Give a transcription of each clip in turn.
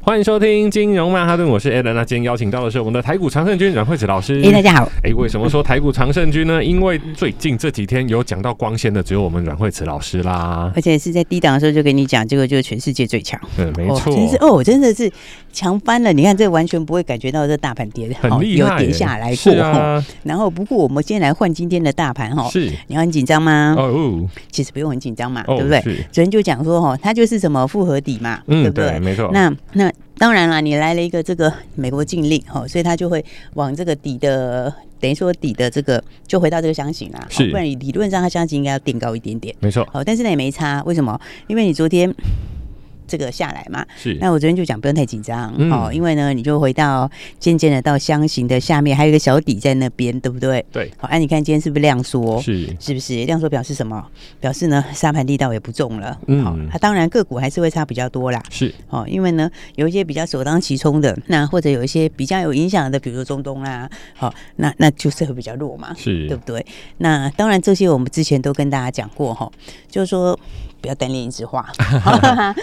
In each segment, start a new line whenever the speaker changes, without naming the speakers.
欢迎收听《金融曼哈顿》，我是 Alan。那今天邀请到的是我们的台股常胜军阮惠子老师。
哎、大家好，
哎，为什么说台股常胜军呢？因为最近这几天有讲到光纤的，只有我们阮惠慈老师啦。
而且是在低档的时候就跟你讲，这个就是全世界最强，
嗯，没错
哦，真是哦，真的是强翻了。你看，这完全不会感觉到这大盘跌的，
很厉害耶、
有跌下来过。哦
是啊，
然后，不过我们先来换今天的大盘哈，
是
你要很紧张吗？
哦哦，
其实不用很紧张嘛，
哦
啊对不对？
是
昨天就讲说哈，它就是什么复合底嘛，对
嗯，
不对？
对，没错。
那那当然啦，你来了一个这个美国禁令哦，所以它就会往这个底的，等于说底的这个就回到这个箱型啦。
是
哦不然你理论上它箱型应该要垫高一点点。
没错，
哦，但是呢也没差，为什么？因为你昨天这个下来嘛，
是
那我昨天就讲不用太紧张、
嗯
哦，因为呢你就回到渐渐的到箱型的下面，还有一个小底在那边，对不对？
对，
好、哎、你看今天是不是量缩？
是
是不是量缩表示什么？表示呢，沙盘力道也不重了。
嗯
好、啊，当然个股还是会差比较多啦。
是，
哦，因为呢，有一些比较首当其冲的，那或者有一些比较有影响的，比如说中东啦，好、那那就是会比较弱嘛。对
是
不对？那当然，这些我们之前都跟大家讲过哈，就是说不要单恋一枝花，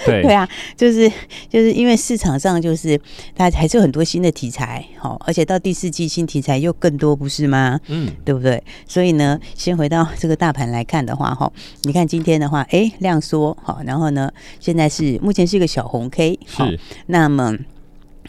对
对啊，就是就是因为市场上就是大家还是有很多新的题材，好，而且到第四季新题材又更多，不是吗？
嗯，
对不对？所以呢，先回到这个大盘来看的话，哈，你看今天的话，哎，量缩，好，然后呢，现在是目前是一个小红 K，好
是，
那么。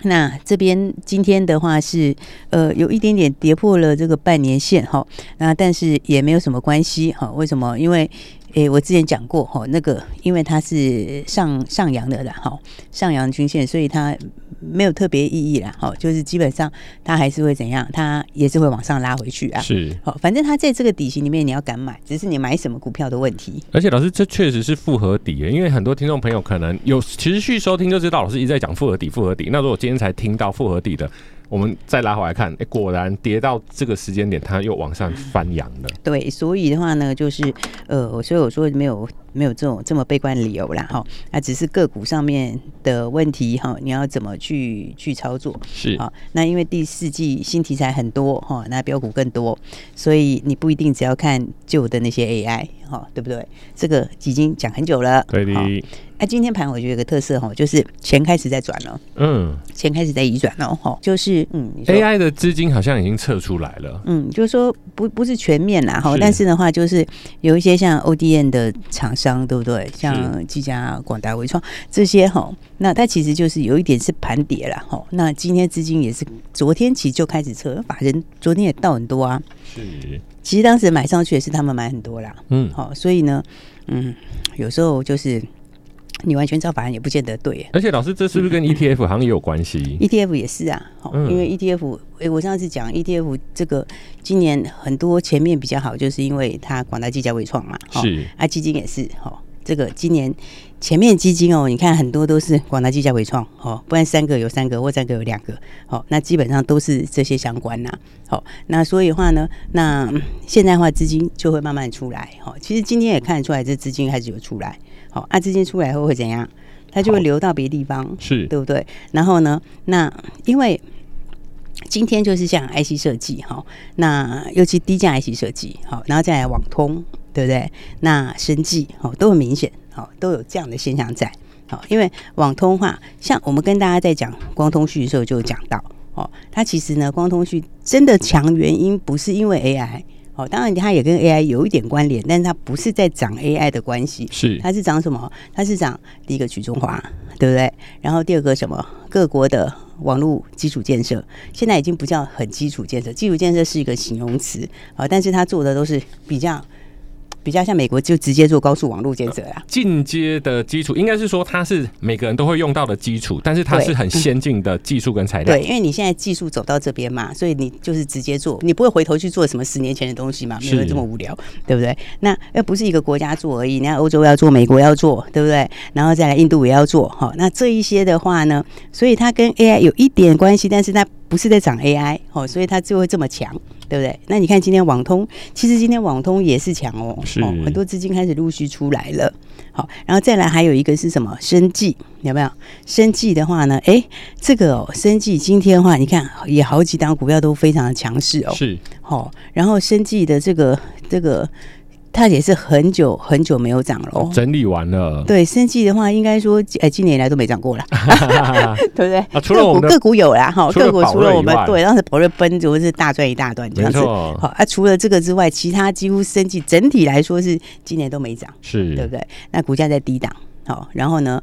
那这边今天的话是，呃，有一点点跌破了这个半年线哈，那但是也没有什么关系哈。为什么？因为，诶、我之前讲过哈，那个因为它是上上扬的啦哈，上扬均线，所以它没有特别意义啦哈，就是基本上它还是会怎样，它也是会往上拉回去啊。
是。
好，反正它在这个底型里面，你要敢买，只是你买什么股票的问题。
而且老师，这确实是复合底耶，因为很多听众朋友可能有持续收听就知道，老师一直在讲复合底，复合底。那如果今天才听到复合底的，我们再拉回来看，哎、果然跌到这个时间点，它又往上翻扬了。
对，所以的话呢，就是呃，所以我说没有没有这种这么悲观的理由啦，哈，那只是个股上面的问题哈，你要怎么去去操作？
是
好，那因为第四季新题材很多哈，那标股更多，所以你不一定只要看旧的那些 AI 哈，对不对？这个已经讲很久了。
对
好
的，
那、今天盘我觉得有个特色哈，就是钱开始在转了，
嗯
钱开始在移转了哈，就是嗯你说
，AI 的资金好像已经撤出来了，
嗯，就是说不不是全面啦哈，
是
但是的话就是有一些像 ODN 的厂商，对不对？像技嘉、广达、微创这些哈，那它其实就是有一点是盘跌啦哈。那今天资金也是昨天起就开始撤，法人昨天也到很多啊。
是，
其实当时买上去也是他们买很多啦，
嗯，
好，所以呢，嗯，有时候就是你完全照法人也不见得对。啊
而且老师，这是不是 跟 ETF 好像也有关系？
ETF 也是啊，好、
嗯
因为 ETF，诶、我上次讲 ETF 这个今年很多前面比较好，就是因为它广大基加微创嘛，齁
是
啊，基金也是，哈、这个今年前面基金哦，你看很多都是广大基加微创，哦，不然三个有三个或三个有两个，好、那基本上都是这些相关呐、好、那所以的话呢，那嗯现在的话资金就会慢慢出来，好、其实今天也看得出来，这资金开始有出来，好、啊，资金出来后会怎样？它就会
好
流到别地方，
是，
对不对？然后呢，那因为今天就是像 IC 设计哈，那尤其低价 IC 设计好，然后再来网通，对不对？那生技哦都很明显，好都有这样的现象在。好，因为网通话，像我们跟大家在讲光通讯的时候就有讲到哦，它其实呢，光通讯真的强原因不是因为 AI。哦，当然它也跟 AI 有一点关联，但是它不是在涨 AI 的关系，
是，
它是涨什么？它是涨第一个曲中华，对不对？然后第二个什么？各国的网络基础建设，现在已经不叫很基础建设，基础建设是一个形容词啊，但是它做的都是比较比较像美国就直接做高速网络建设啊啦。
进阶的基础，应该是说它是每个人都会用到的基础，但是它
对嗯
是很先进的技术跟材料
对，。因为你现在技术走到这边嘛，所以你就是直接做，你不会回头去做什么十年前的东西嘛，没有
是
这么无聊，对不对？那又不是一个国家做而已，你看欧洲要做，美国要做，对不对？然后再来印度也要做，好、那这一些的话呢，所以它跟 AI 有一点关系，但是它不是在涨 AI，哦，所以它就会这么强，对不对？那你看今天网通，其实今天网通也是强哦，
是
哦很多资金开始陆续出来了，好、然后再来还有一个是什么？生计有没有？生计的话呢，诶，这个哦，生计今天的话，你看也好几档股票都非常的强势哦，
是
好、然后生计的这个这个，它也是很久很久没有涨了、哦。
整理完了，
对，生计的话，应该说，呃，今年以来都没 涨过了，对不对？
啊除了我们
个
的
股个股有啦，哈，
除了
个股
宝
除了
瑞
我们
以外
对，当时宝瑞奔就是大赚一大段这
没
样子。
错，
好啊，除了这个之外，其他几乎生计整体来说是今年都没涨。对
是
不对？那股价在低档，好、然后呢，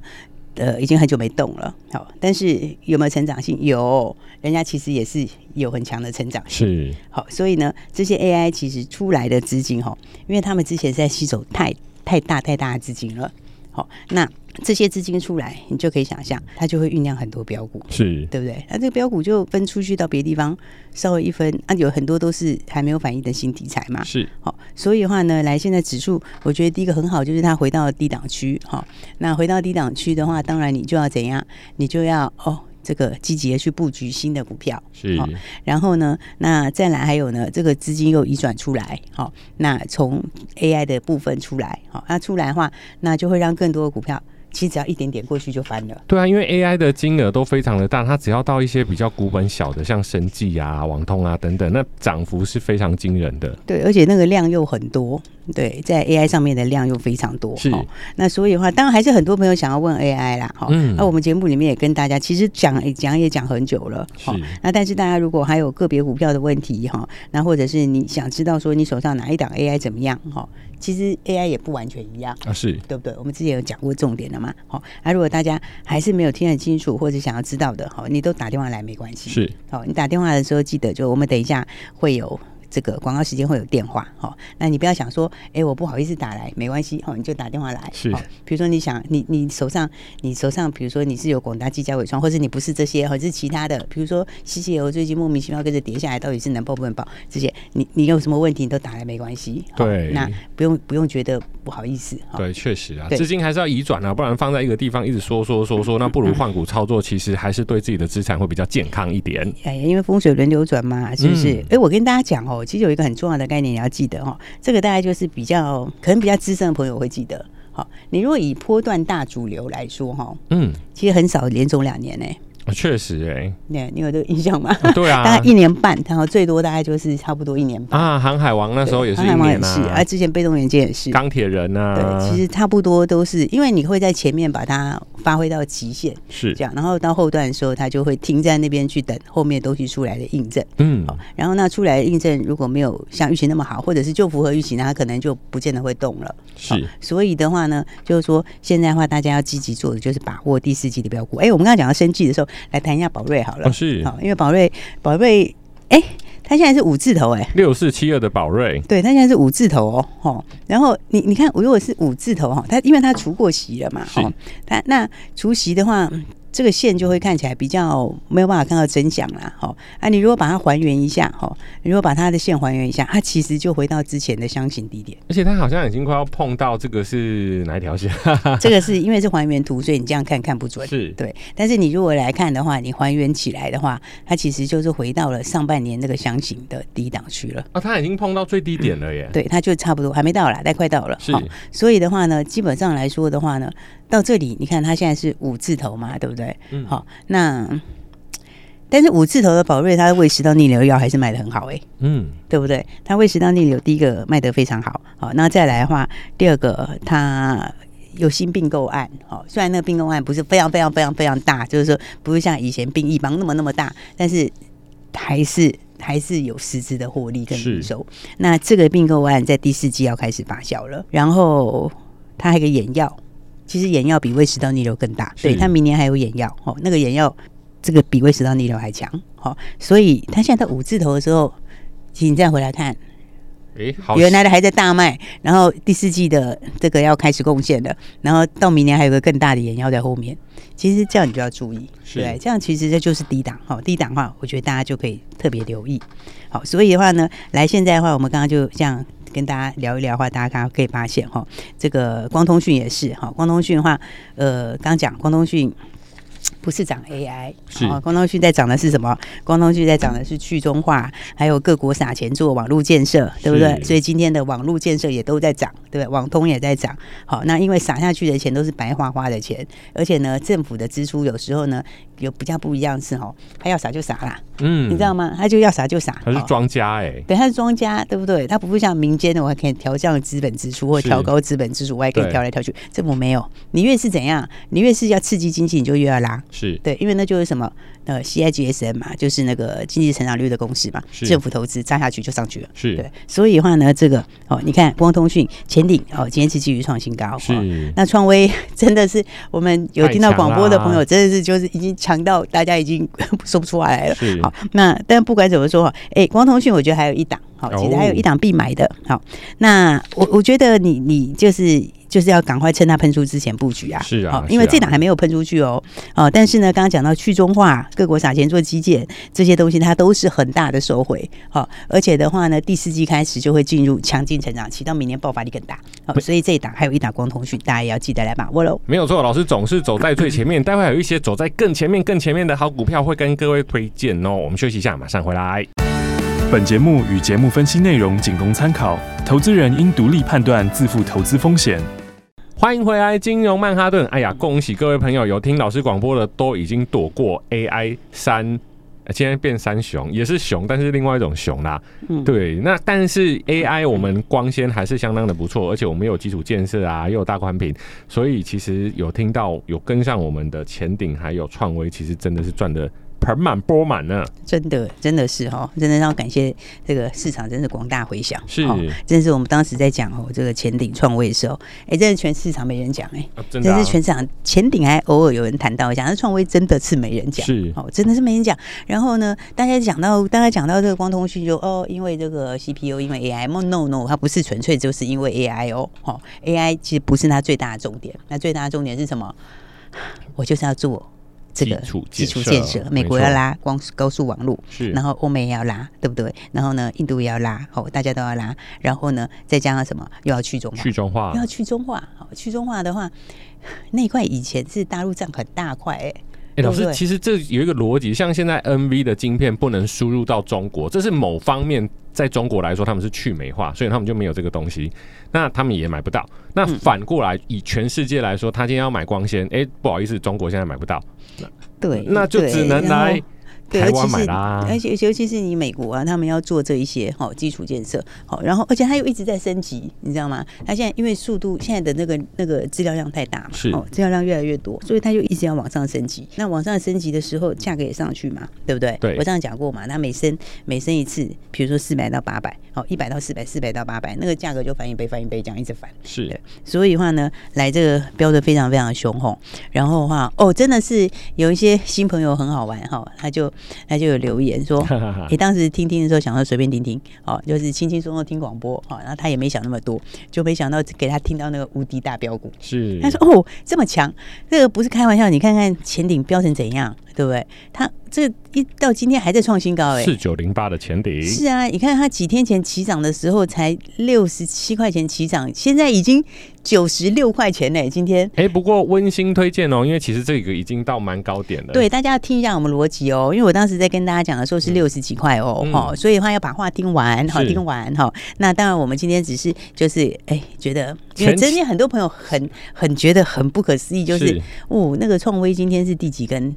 呃，已经很久没动了，好、但是有没有成长性？有，人家其实也是有很强的成长性，
是
好、所以呢，这些 AI 其实出来的资金，哈、因为他们之前在吸走太太大太大的资金了，好、那这些资金出来，你就可以想象，它就会酝酿很多标股。
是
对不对？那这个标股就分出去到别的地方，稍微一分，啊，有很多都是还没有反应的新题材嘛。
是
好、所以的话呢，来现在指数，我觉得第一个很好就是它回到低档区，好、那回到低档区的话，当然你就要怎样，你就要哦。这个积极的去布局新的股票，
是
好然后呢，那再来还有呢，这个资金又移转出来，好、那从 AI 的部分出来，好、那出来的话，那就会让更多的股票，其实只要一点点过去就翻了，
对啊，因为 AI 的金额都非常的大，它只要到一些比较股本小的，像生技啊、网通啊等等，那涨幅是非常惊人的。
对，而且那个量又很多，对，在 AI 上面的量又非常多，
是
哦那所以的话，当然还是很多朋友想要问 AI 啦，哈、
嗯
那我们节目里面也跟大家其实讲讲也讲很久了，齁
是
那但是大家如果还有个别股票的问题哈，齁那或者是你想知道说你手上哪一档 AI 怎么样哈，齁其实 AI 也不完全一样。
啊，是
对不对？我们之前有讲过重点的嘛，好、那、如果大家还是没有听得清楚或者想要知道的，好、你都打电话来没关系，
是
好、你打电话的时候记得，就我们等一下会有这个广告时间会有电话，好、那你不要想说，哎，我不好意思打来，没关系，好、你就打电话来，
是
好比如说你想，你你手上，你手上，比如说你是有广达、技嘉、伟创，或者你不是这些，或者是其他的，比如说西西油最近莫名其妙跟着跌下来，到底是能报不能报？这些，你你有什么问题你都打来没关系，好
对
那不用不用觉得不好意思，好
对，确实啊，
对
资金还是要移转啊，不然放在一个地方一直说说说说，那不如换股操作，其实还是对自己的资产会比较健康一点。
哎，因为风水轮流转嘛，是不是？
嗯
哎、我跟大家讲哦，其实有一个很重要的概念你要记得哦，这个大概就是比较可能比较资深的朋友会记得。好、你如果以波段大主流来说哈、哦，
嗯，
其实很少连中两年呢、
啊确实哎、
你你有这个印象吗？
啊对 啊
大概一年半，然后最多大概就是差不多一年半。
啊，航海王那时候也是一
航海王也
年
是，
啊
啊，，之前被动元件也是。
钢铁人啊，
对，其实差不多都是，因为你会在前面把它发挥到极限，
是
这样，然后到后段的时候，它就会停在那边去等后面东西出来的印证。
嗯，
好，然后那出来的印证如果没有像预期那么好，或者是就符合预期，那它可能就不见得会动了。好
是
所以的话呢，就是说现在的话，大家要积极做的就是把握第四季的标股。哎，我们刚刚讲到生计的时候，来谈一下宝瑞好了。
哦是
好，因为宝瑞，宝瑞，哎，它现在是五字头，哎，
六四七二的宝瑞，
对，它现在是五字头哦，吼。然后你你看，如果是五字头哦哈，它因为它除过息了嘛，
是
哦，它那除息的话。嗯这个线就会看起来比较没有办法看到真相啦，哈、啊，你如果把它还原一下，哈、你如果把它的线还原一下，它其实就回到之前的箱型 低点。
而且它好像已经快要碰到这个是哪一条线？
这个是因为是还原图，所以你这样看看不准。
是
对，但是你如果来看的话，你还原起来的话，它其实就是回到了上半年那个箱型的低档区了。
啊，它已经碰到最低点了耶。
对，它就差不多还没到啦，但快到了。
是
好所以的话呢，基本上来说的话呢，到这里你看它现在是五字头嘛，对不对？
嗯
好，那但是五字头的宝瑞，它的胃食道逆流药还是卖的很好哎、
嗯，
对不对？它胃食道逆流第一个卖得非常好，好，那再来的话，第二个它。有新并购案，好，虽然那个并购案不是非常非常非常非常大，就是说不是像以前并一帮那么那么大，但是还是还是有实质的获利跟营收。那这个并购案在第四季要开始发酵了，然后它还有一个眼药，其实眼药比胃食道逆流更大，
是
对，它明年还有眼药，哦，那个眼药这个比胃食哦道逆流还强，好、所以它现在到五字头的时候，其实你再回来看，
诶，好，
嗯原来的还在大卖，然后第四季的这个要开始贡献了，然后到明年还有个更大的眼药在后面。其实这样你就要注意，
是
对，这样其实这就是低档，好、低档的话，我觉得大家就可以特别留意。好，所以的话呢，来现在的话，我们刚刚就这样跟大家聊一聊的话，大家可以发现哈、这个光通讯也是哈、光通讯的话，呃，刚讲光通讯。不是涨 AI，
是
哦光通讯在涨的是什么？光通讯在涨的是去中化，还有各国撒钱做网络建设，对不对？
是
所以今天的网络建设也都在涨，对不对？网通也在涨。好，那因为撒下去的钱都是白花花的钱，而且呢，政府的支出有时候呢有比较不一样是哦，他要撒就撒啦，
嗯
你知道吗？他就要撒就撒，
他是
哦
庄家哎，
对，他是庄家，对不对？他不会像民间的，我还可以调降资本支出或
是
调高资本支出，我还可以
对
调来调去。政府没有，你越是怎样，你越是要刺激经济，你就越要拉。
是
对，因为那就是什么呃 CIGSM 嘛，就是那个经济成长率的公式嘛，
是
政府投资扎下去就上去了。
是
对，所以的话呢，这个哦，你看光通讯前顶哦，今天是继续创新高，哦、
是，
那创威 真的是我们有听到广播的朋友，真的是就是已经强到大家已经 说不出来了。
是
好，那但不管怎么说哈，哎、光通讯我觉得还有一档，好，
哦
其实还有一档必买的。好，那我我觉得你你就是就是要赶快趁它喷出之前布局啊，
是啊
好
是啊
因为这档还没有喷出去哦，哦，但是呢，刚刚讲到去中化、各国撒钱做基建这些东西，它都是很大的收回，好，而且的话呢，第四季开始就会进入强劲成长期，到明年爆发力更大，好，所以这一档还有一档光通讯，大家也要记得来把握喽。
没有错，老师总是走在最前面，待会还有一些走在更前面、更前面的好股票会跟各位推荐哦。我们休息一下，马上回来。
本节目与节目分析内容仅供参考，投资人应独立判断，自负投资风险。
欢迎回来，金融曼哈顿。哎呀，恭喜各位朋友，有听老师广播的都已经躲过 AI 三。呃今天变三雄，也是熊，但是另外一种熊啦。
嗯
对，那但是 AI 我们光纤还是相当的不错，而且我们有基础建设啊，又有大宽屏，所以其实有听到有跟上我们的前顶还有创维，其实真的是赚的盆满钵满啊呢。
真的，真的是哦，真的要感谢这个市场，真是广大回响。
是
哦，真是我们当时在讲哦，这个前顶创位的时候，哎，真的全市场没人讲哎，
啊真
真
啊
是全市场前顶还偶尔有人谈到一下，那创威真的是没人讲。
是
哦，真的是没人讲。然后呢，大家讲到大家讲到这个光通讯就哦，因为这个 CPU，因为 AI。No No，它不是纯粹就是因为 AI 哦，哦，AI 其实不是它最大的重点，那最大的重点是什么？我就是要做这个
基础
基
建
础
设
建设，美国
没错
要拉光高速网络，
是，
然后欧美也要拉，对不对？然后呢，印度也要拉，哦，大家都要拉。然后呢，再加上什么？又要去中化
去，中化
又要去中化。好，去中化的话， 那一块以前是大陆占很大块、哎，
哎、老
对不
师，
对
其实这有一个逻辑，像现在 NV 的晶片不能输入到中国，这是某方面在中国来说他们是去美化，所以他们就没有这个东西，那他们也买不到。那
嗯
反过来，以全世界来说，他今天要买光纤，哎、不好意思，中国现在买不到，
对，
那就
对
只能
然后
来
对
台湾
尤其哎
买
是
啦。
而且尤其是你美国啊，他们要做这一些好、基础建设，好、然后而且它又一直在升级，你知道吗？它现在因为速度现在的那个那个资料量太大嘛，
是
哦，资料量越来越多，所以它就一直要往上升级。那往上升级的时候，价格也上去嘛，对不对？
对
我这样讲过嘛，它每升每升一次，比如说四百到八百，好，一百到四百，四百到八百，那个价格就翻一倍，翻一倍这样一直翻。
是
对所以的话呢，来这个标的非常非常凶吼。然后的话，哦，真的是有一些新朋友很好玩哈，他就他就有留言说，你、当时听听的时候想说随便听听，哦，就是轻轻松松听广播，哦，然后他也没想那么多，就没想到给他听到那个无敌大标股，
是，
他说：“哦，这么强，这个不是开玩笑，你看看前顶标成怎样，对不对？他这一到今天还在创新高、哎，
四九零八的前顶
是啊，你看它几天前起涨的时候才六十七块钱起涨，现在已经九十六块钱嘞。今天
哎、不过温馨推荐哦，因为其实这个已经到蛮高点了。
对大家要听一下我们逻辑哦，因为我当时在跟大家讲的时候是六十几块哦，
嗯
哈、所以的话要把话听完，好
是
听完哈。那当然，我们今天只是就是哎，觉得因为
前期
真的很多朋友很很觉得很不可思议，就是
是
哦，那个创威今天是第几根？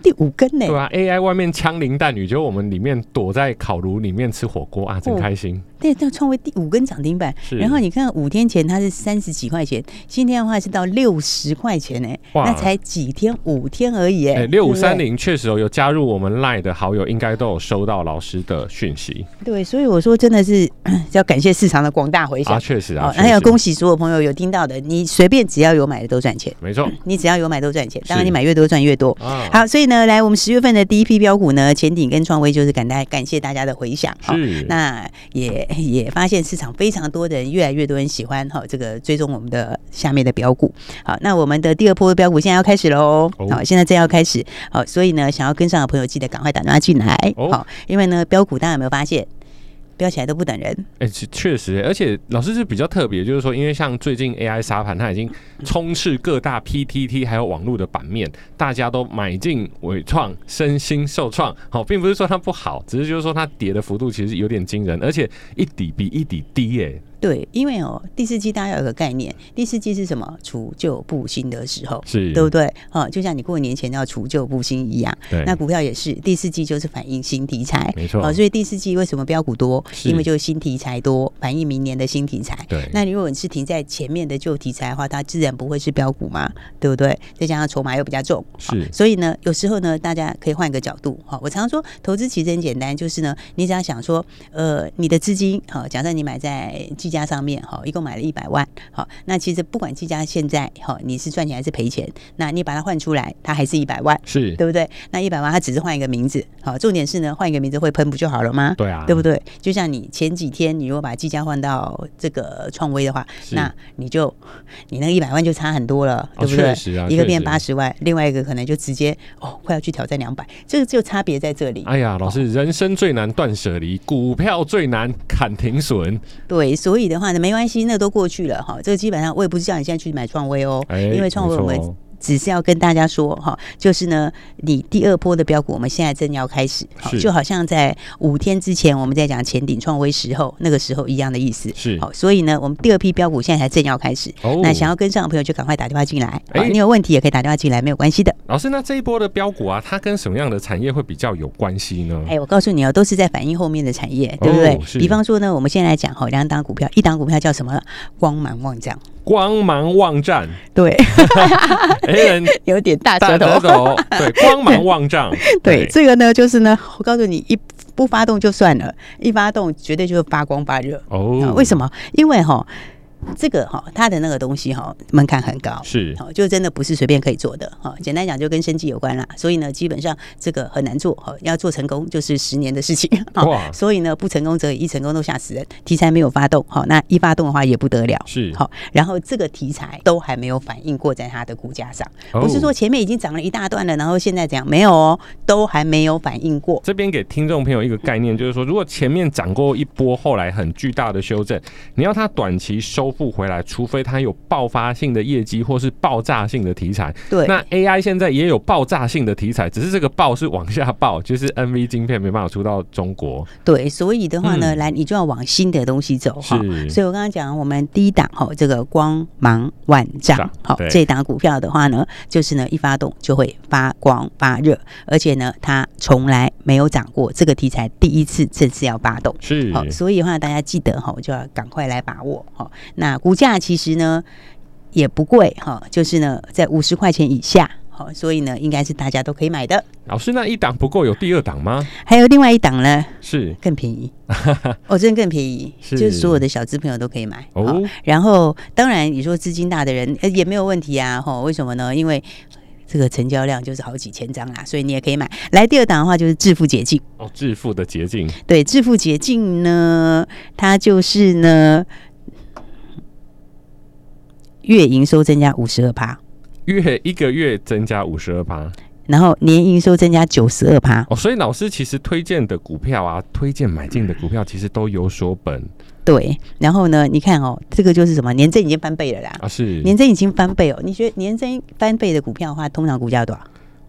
第五根呢？
对啊，AI 外面枪林弹雨，结果我们里面躲在烤炉里面吃火锅啊，真
哦
开心。
对，到创维第五根涨停板
是，
然后你看五天前它是三十几块钱，今天的话是到六十块钱哎、
哇
那才几天五天而已哎、
哎，六五
对
三
不对
零确实哦，有加入我们 Line 的好友，应该都有收到老师的讯息
对，所以我说真的是 要感谢市场的广大回响
啊，。确实啊，确实
还有恭喜所有朋友有听到的，你随便只要有买的都赚钱，
没错
你只要有买都赚钱，当然
嗯是
你买越多赚越多。
啊，
好，所以呢，来我们十月份的第一批标股呢，前顶跟创威就是感大感谢大家的回响。好
是
那也也发现市场非常多的人，越来越多人喜欢哈、这个追踪我们的下面的标股。好，那我们的第二波的标股现在要开始喽，
哦
好，现在正要开始，好，所以呢，想要跟上的朋友记得赶快打电话进来，
哦
好，因为呢，标股大家有没有发现，飙起来都不等人，
哎、其确实、而且老师是比较特别，就是说，因为像最近 AI 沙盘，它已经充斥各大 PTT 还有网络的版面，大家都买进伟创、身心受创，好、并不是说它不好，只是就是说它跌的幅度其实有点惊人，而且一底比一底低耶、
对，因为哦，第四季大家要有个概念，第四季是什么？除旧布新的时候，
是
对不对？哦，就像你过年前要除旧布新一样，
对
那股票也是第四季就是反映新题材，
没错
哦，所以第四季为什么标股多？
是
因为就是新题材多，反映明年的新题材。
对
那如果你是停在前面的旧题材的话，它自然不会是标股嘛，对不对？再加上筹码又比较重，哦
是
所以呢，有时候呢，大家可以换一个角度。好、我常说投资其实很简单，就是呢，你只要想说，呃，你的资金，好、假设你买在技嘉上面，哦好、一共买了一百万，好、那其实不管技嘉现在，好、你是赚钱还是赔钱，那你把它换出来，它还是一百万，
是，
对不对？那一百万它只是换一个名字，好、重点是呢，换一个名字会喷不就好了吗？
对啊，
对不
对？
对？就像你前几天，你如果把技嘉换到这个创威的话，
是
那你就你那一百万就差很多了，
哦
对不对？
确实啊
一个变
确实
八十万，另外一个可能就直接哦，快要去挑战两百，这个就差别在这里。
哎呀，老师，人生最难断舍离，股票最难砍停损，
对，所以的话呢，没关系，那都过去了哈。这个基本上我也不是叫你现在去买创威哦，
哎
因为创威我
没
们
错哦
只是要跟大家说哈，就是呢，你第二波的标股我们现在正要开始，好
是
就好像在五天之前我们在讲前顶创威时候那个时候一样的意思。
是
好，所以呢，我们第二批标股现在才正要开始。
哦
那想要跟上的朋友就赶快打电话进来，好
哎
你有问题也可以打电话进来，没有关系的。
老师，那这一波的标股啊，它跟什么样的产业会比较有关系呢？
哎，我告诉你哦，都是在反映后面的产业，对不对？
是
比方说呢，我们现在来讲哈，两档股票，一档股票叫什么？光芒望涨，
光芒望 战，
对，
哎、人
有点大
大
啊舌头。
舌头，对，光芒万 丈，
对，这个呢，就是呢，我告诉你，一不发动就算了，一发动绝对就是发光发热。啊
哦，
为什
么
么？因为哈，这个哈，它的那个东西哈，门槛很高。
是
好，就真的不是随便可以做的哈。简单讲，就跟生计有关啦，所以呢，基本上这个很难做哈。要做成功，就是十年的事情哈
哇
所以呢，不成功则已，一成功都吓死人。题材没有发动，好，那一发动的话也不得了。
是
好，然后这个题材都还没有反映过在它的股价上，
哦
不是说前面已经涨了一大段了，然后现在怎样？没有哦，都还没有反映过。
这边给听众朋友一个概念，就是说，如果前面涨过一波，后来很巨大的修正，你要它短期收复回来，除非它有爆发性的业绩或是爆炸性的题材。
对，
那 AI 现在也有爆炸性的题材，只是这个爆是往下爆， 就是 NV 晶片没办法出到中国，
对，所以的话呢，
嗯
来你就要往新的东西走哈。
是
所以我刚刚讲，我们第一档哈，这个光芒万丈
涨，
好
啊对，
这档股票的话呢，就是呢一发动就会发光发热，而且呢它从来没有涨过，这个题材第一次正式要发动。
是
好，所以的话，大家记得哈，就要赶快来把握哈。那股价其实呢也不贵哈，就是呢在五十块钱以下，好，所以呢应该是大家都可以买的。
老师那一档不够，有第二档吗？
还有另外一档呢，
是
更便 宜，哦，真的更便宜，
是
就是所有的小资朋友都可以买。
哦
好然后当然你说资金大的人、呃、也没有问题啊，吼，为什么呢？因为这个成交量就是好几千张啦，所以你也可以买。来第二档的话就是致富捷径，
哦，致富的捷径，
对，致富捷径呢，它就是呢月营收增加五十二趴，
月一个月增加五十二趴。
然后年营收增加九十二趴，
哦，所以老师其实推荐的股票啊，推荐买进的股票其实都有所本
对，然后呢，你看哦，这个就是什么年增已经翻倍了啦，
啊，是
年增已经翻倍哦，你觉得年增翻倍的股票的话，通常股价 多少？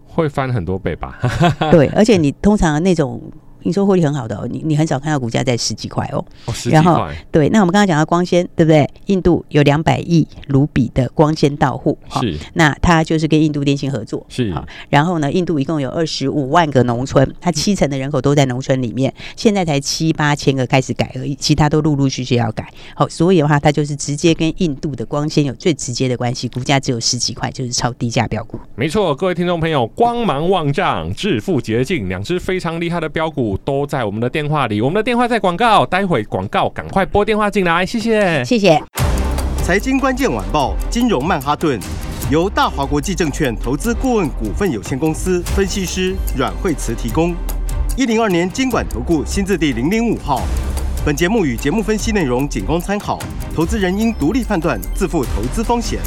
会翻很多倍吧？
对，而且你通常那种营收获利很好的、哦，你你很少看到股价在十几块哦。
哦，十几
然后
块
对，那我们刚刚讲到光纤，对不对？印度有两百亿卢比的光纤到户，好
是
那它就是跟印度电信合作，
是
好然后呢，印度一共有二十五万个农村，它七成的人口都在农村里面，现在才七八千个开始改而已，其他都陆陆续续要改。好，所以的话，它就是直接跟印度的光纤有最直接的关系，股价只有十几块，就是超低价标股。
没错，各位听众朋友，光芒万丈、致富捷径两只非常厉害的标股都在我们的电话里，我们的电话在广告，待会广告赶快拨电话进来，谢谢。
谢谢。
财经关键晚报，金融曼哈顿，由大华国际证券投资顾问股份有限公司分析师阮惠慈提供。一零二年经管投顾新字第零零五号，本节目与节目分析内容仅供参考，投资人应独立判断，自负投资风险。